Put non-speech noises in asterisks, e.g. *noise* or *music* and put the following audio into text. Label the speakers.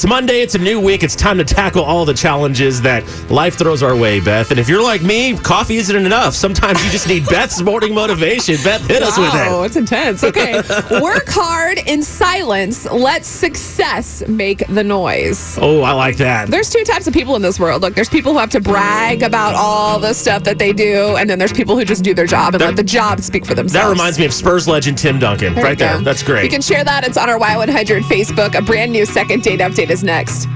Speaker 1: It's Monday. It's a new week. It's time to tackle all the challenges that life throws our way, Beth. And if you're like me, coffee isn't enough. Sometimes you
Speaker 2: *laughs*
Speaker 1: just need Beth's morning motivation. Beth, hit us with
Speaker 2: Wow,
Speaker 1: it.
Speaker 2: it's intense.
Speaker 1: *laughs*
Speaker 2: Okay. Work hard in silence. Let success make the noise.
Speaker 1: Oh, I like that.
Speaker 2: There's two types of people in this world. Look, there's people who have to brag about all the stuff that they do, and then there's people who just do their job and let the job speak for themselves.
Speaker 1: That reminds me of Spurs legend Tim Duncan.
Speaker 2: There you
Speaker 1: right there.
Speaker 2: go.
Speaker 1: That's
Speaker 2: You
Speaker 1: great.
Speaker 2: can share that. It's on our Y100 Facebook. A brand new second date update is next.